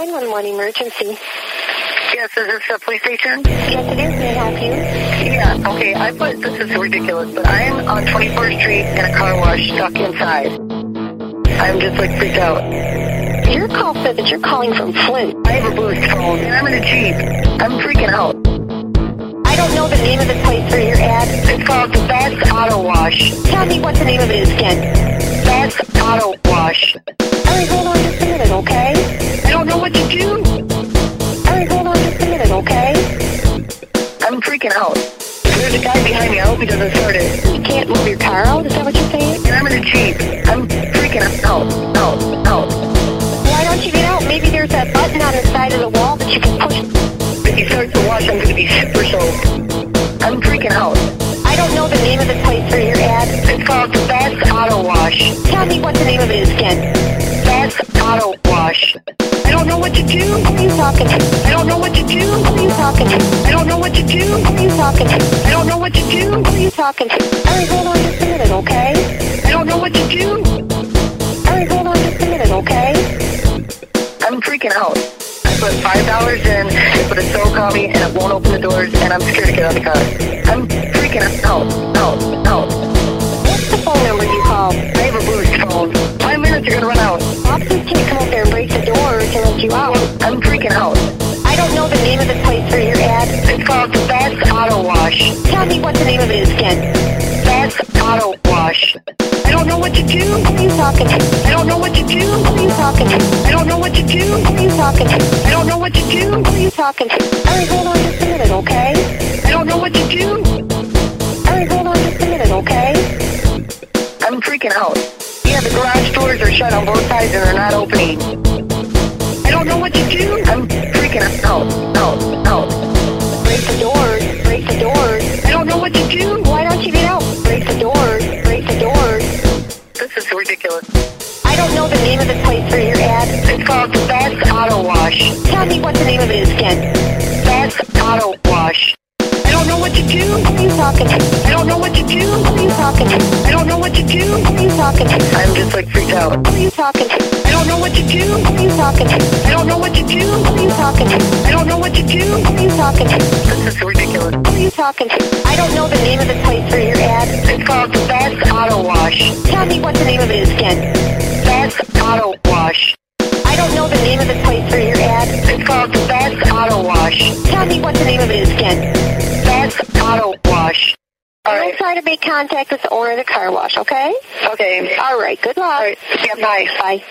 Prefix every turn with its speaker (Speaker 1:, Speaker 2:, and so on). Speaker 1: 911 emergency.
Speaker 2: Yes, is this the police station?
Speaker 1: Yes, it is. May I help you?
Speaker 2: Yeah, okay, I put, this is ridiculous, but I'm on 24th Street in a car wash stuck inside. I'm just like freaked out.
Speaker 1: Your call said that you're calling from Flint.
Speaker 2: I have a boost phone and I'm in a Jeep. I'm freaking out.
Speaker 1: I don't know the name of the place where you're at.
Speaker 2: It's called the Best Auto Wash.
Speaker 1: Tell me what the name of it is again.
Speaker 2: Best Auto Wash.
Speaker 1: All right, hold on just a minute, okay?
Speaker 2: I don't know what to do.
Speaker 1: All right, hold on just a minute, okay?
Speaker 2: I'm freaking out. There's a guy behind me. I hope he doesn't start it.
Speaker 1: You can't move your car out? Is that what you're saying?
Speaker 2: And I'm in a Jeep. I'm freaking out. Out. Out.
Speaker 1: Why don't you get out? Maybe there's that button on the side of the wall that you can push.
Speaker 2: If he starts to wash, I'm going to be super soaked. I'm freaking out.
Speaker 1: I don't know the name of the place where you're at.
Speaker 2: It's called the Best Auto Wash.
Speaker 1: Tell me what the name of it is again.
Speaker 2: Best Auto Wash. I don't know what to do.
Speaker 1: Who are you talking to?
Speaker 2: I don't know what to do.
Speaker 1: Who are you talking to?
Speaker 2: I don't know what to do.
Speaker 1: Who are you talking to?
Speaker 2: I don't know what to do.
Speaker 1: Who are you talking to? All right, hold on just a minute, okay?
Speaker 2: I don't know what to do.
Speaker 1: All right, hold on just a minute, okay?
Speaker 2: I'm freaking out. I put five dollars in, but it's so on me, and it won't open the doors, and I'm scared to get out of the car. I'm freaking out, out, out.
Speaker 1: What's the phone number you called?
Speaker 2: I have a boost phone. Five minutes, you're gonna run out.
Speaker 1: Officers can't come up there and break the door to let you out.
Speaker 2: I'm freaking out.
Speaker 1: I don't know the name of the place where you're at.
Speaker 2: It's called the Best Auto Wash.
Speaker 1: Tell me what the name of it is again.
Speaker 2: Best Auto Wash. I don't know what to do.
Speaker 1: Who are you talking to?
Speaker 2: I don't know what to do.
Speaker 1: Who are you talking to?
Speaker 2: I don't know what to do.
Speaker 1: Who are you talking to?
Speaker 2: I don't know what to do.
Speaker 1: Who are you talking to? All right, hold on just a minute, okay?
Speaker 2: I don't know what to do.
Speaker 1: All right, hold on just a minute, okay?
Speaker 2: I'm freaking out. Yeah, the garage doors are shut on both sides and they're not opening. I don't know what to do. I'm freaking out, out, out.
Speaker 1: Break the doors. Break the doors.
Speaker 2: I don't know what to do.
Speaker 1: Why don't you get out? Break the doors. Break the doors.
Speaker 2: This is ridiculous.
Speaker 1: I don't know the name of the place where you're at.
Speaker 2: It's called the Best Auto Wash.
Speaker 1: Tell me what the name of it is again.
Speaker 2: Best Auto Wash. I don't know what to do.
Speaker 1: Who are you talking to?
Speaker 2: I don't know what to do.
Speaker 1: Who are you talking to?
Speaker 2: I don't know what to do.
Speaker 1: Who are you talking to?
Speaker 2: I'm just like freaked out.
Speaker 1: Who are you talking to?
Speaker 2: I don't know what to do.
Speaker 1: Who are you talking to?
Speaker 2: I don't know what to do.
Speaker 1: Who are you talking to?
Speaker 2: I don't know what to do.
Speaker 1: Who are you talking to?
Speaker 2: This is ridiculous.
Speaker 1: Who are you talking to? I don't know the name of the place where you're at.
Speaker 2: It's called the Best Auto Wash.
Speaker 1: Tell me what the name of it is again.
Speaker 2: Best Auto Wash.
Speaker 1: I don't know the name of the place where you're at.
Speaker 2: It's called the Best Auto Wash.
Speaker 1: Tell me what the name of it is again.
Speaker 2: Best Auto Wash. All
Speaker 1: I'll
Speaker 2: right.
Speaker 1: try to make contact with the owner of the car wash, okay?
Speaker 2: Okay.
Speaker 1: All right, good luck.
Speaker 2: All right. Yeah, bye.
Speaker 1: Bye.